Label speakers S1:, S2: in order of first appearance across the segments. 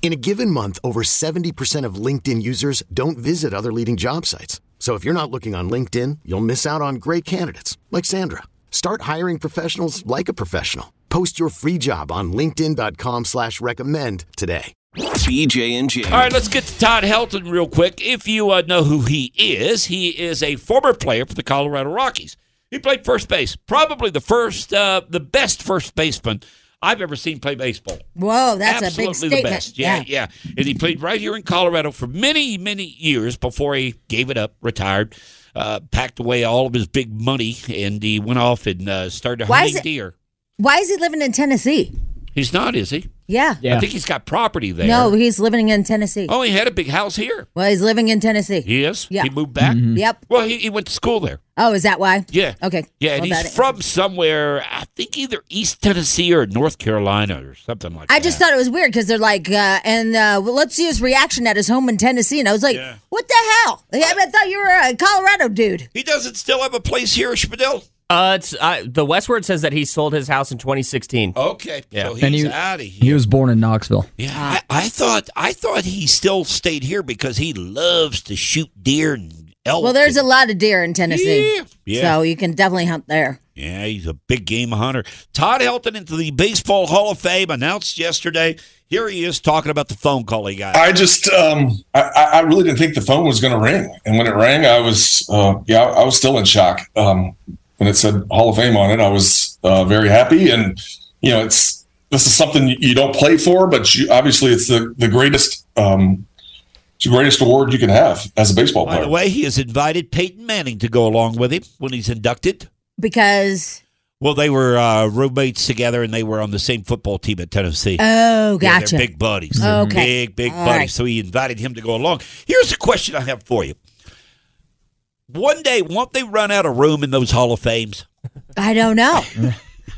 S1: In a given month, over 70% of LinkedIn users don't visit other leading job sites. So if you're not looking on LinkedIn, you'll miss out on great candidates like Sandra. Start hiring professionals like a professional. Post your free job on linkedin.com slash recommend today.
S2: BJ and J.
S3: All right, let's get to Todd Helton real quick. If you uh, know who he is, he is a former player for the Colorado Rockies. He played first base, probably the first, uh, the best first baseman I've ever seen play baseball.
S4: Whoa, that's
S3: Absolutely
S4: a big statement.
S3: the best. Yeah, yeah, And he played right here in Colorado for many, many years before he gave it up, retired, uh, packed away all of his big money, and he went off and uh, started
S4: Why
S3: hunting
S4: is it-
S3: deer.
S4: Why is he living in Tennessee?
S3: He's not, is he?
S4: Yeah.
S3: I think he's got property there.
S4: No, he's living in Tennessee.
S3: Oh, he had a big house here.
S4: Well, he's living in Tennessee.
S3: He is.
S4: Yeah.
S3: He moved back.
S4: Yep.
S3: Well, he, he went to school there.
S4: Oh, is that why?
S3: Yeah.
S4: Okay.
S3: Yeah, and
S4: Well,
S3: he's
S4: that-
S3: from somewhere, I think either East Tennessee or North Carolina or something like that.
S4: I just thought it was weird because they're like, uh, and uh, well, let's see his reaction at his home in Tennessee. And I was like, what the hell? I, I thought you were a Colorado dude.
S3: He doesn't still have a place here, Spadil.
S5: Uh, it's uh, the Westward says that he sold his house in 2016.
S3: Okay. Yeah. So
S6: And
S3: he's
S6: he-
S3: out of here.
S6: He was born in Knoxville.
S3: yeah. I, I thought I thought he still stayed here because he loves to shoot deer and elk.
S4: Well, there's a
S3: and-
S4: lot of deer in Tennessee.
S3: Yeah. Oh, Yeah.
S4: So you can definitely hunt there.
S3: Yeah, he's a big game hunter. Todd Helton into the Baseball Hall of Fame announced yesterday. Here he is talking about the phone call he got.
S7: I just um, I, I I really didn't think the phone was going to ring, and when it rang, I was uh, yeah, I was still in shock. Um, when it said Hall of Fame on it, I was uh, very happy, and you know, it's this is something you don't play for, but you, obviously, it's the the greatest um, it's the greatest award you can have as a baseball
S3: By
S7: player.
S3: the way, he has invited Peyton Manning to go along with him when he's inducted.
S4: Because,
S3: Well, they were uh, roommates together, and they were on the same football team at Tennessee.
S4: oh,
S3: Yeah,
S4: gotcha.
S3: they're big buddies.
S4: Okay.
S3: Big, big
S4: All
S3: buddies.
S4: right.
S3: So he invited him to go along. Here's a question I have for you. One day, won't they run out of room in those Hall of Fames?
S4: I don't know.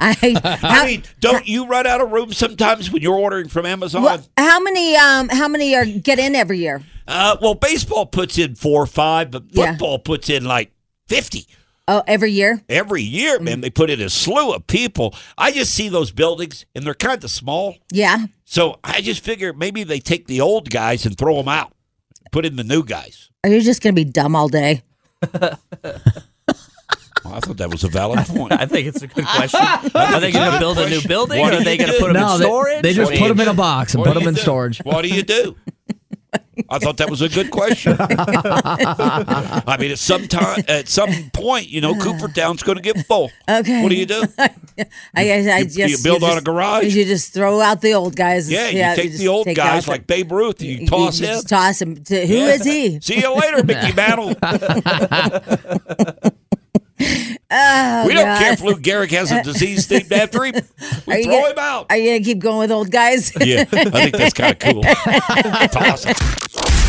S4: I,
S3: I mean, don't you run out of room sometimes when you're ordering from Amazon?
S4: Well, how many? Um, how many are get in every year?
S3: Uh, well, baseball puts in four or five, but
S4: Yeah.
S3: football puts in like 50.
S4: Oh, every year.
S3: Every year,
S4: Mm.
S3: man, they put in a slew of people. I just see those buildings, and they're kind of small.
S4: Yeah.
S3: So I just figure maybe they take the old guys and throw them out, put in the new guys.
S4: Are you just gonna be dumb all day?
S3: Well, I thought that was a valid point.
S5: I think it's a good question. Are they going to build a new building?
S3: What
S5: Or
S3: do
S5: are they
S3: you
S5: going
S3: do?
S5: to put them
S6: No,
S5: in
S6: they-
S5: storage?
S6: they just
S5: What do
S6: put
S5: you
S6: them in
S5: do?
S6: a box and
S3: What
S6: put
S3: do
S6: them
S3: you
S6: in
S3: do?
S6: storage.
S3: What do you do? I thought that was a good question. I mean, at some time, at some point, you know, Coopertown's going to get full.
S4: Okay.
S3: What do you do?
S4: I guess I
S3: you-
S4: just
S3: you build on
S4: just,
S3: a garage?
S4: You just throw out the old guys.
S3: Yeah, you take
S4: just
S3: the old
S4: take
S3: guys
S4: out
S3: like Babe Ruth and you, toss
S4: you
S3: him.
S4: Just toss him. To, who
S3: Yeah.
S4: is he?
S3: See you later, Mickey Mantle.
S4: Oh,
S3: we don't
S4: God.
S3: care if Lou Gehrig has a disease named after him. We
S4: Are you
S3: throw
S4: gonna-
S3: him out.
S4: Are you gonna keep going with old guys?
S3: yeah, I think that's kind of cool. Toss him.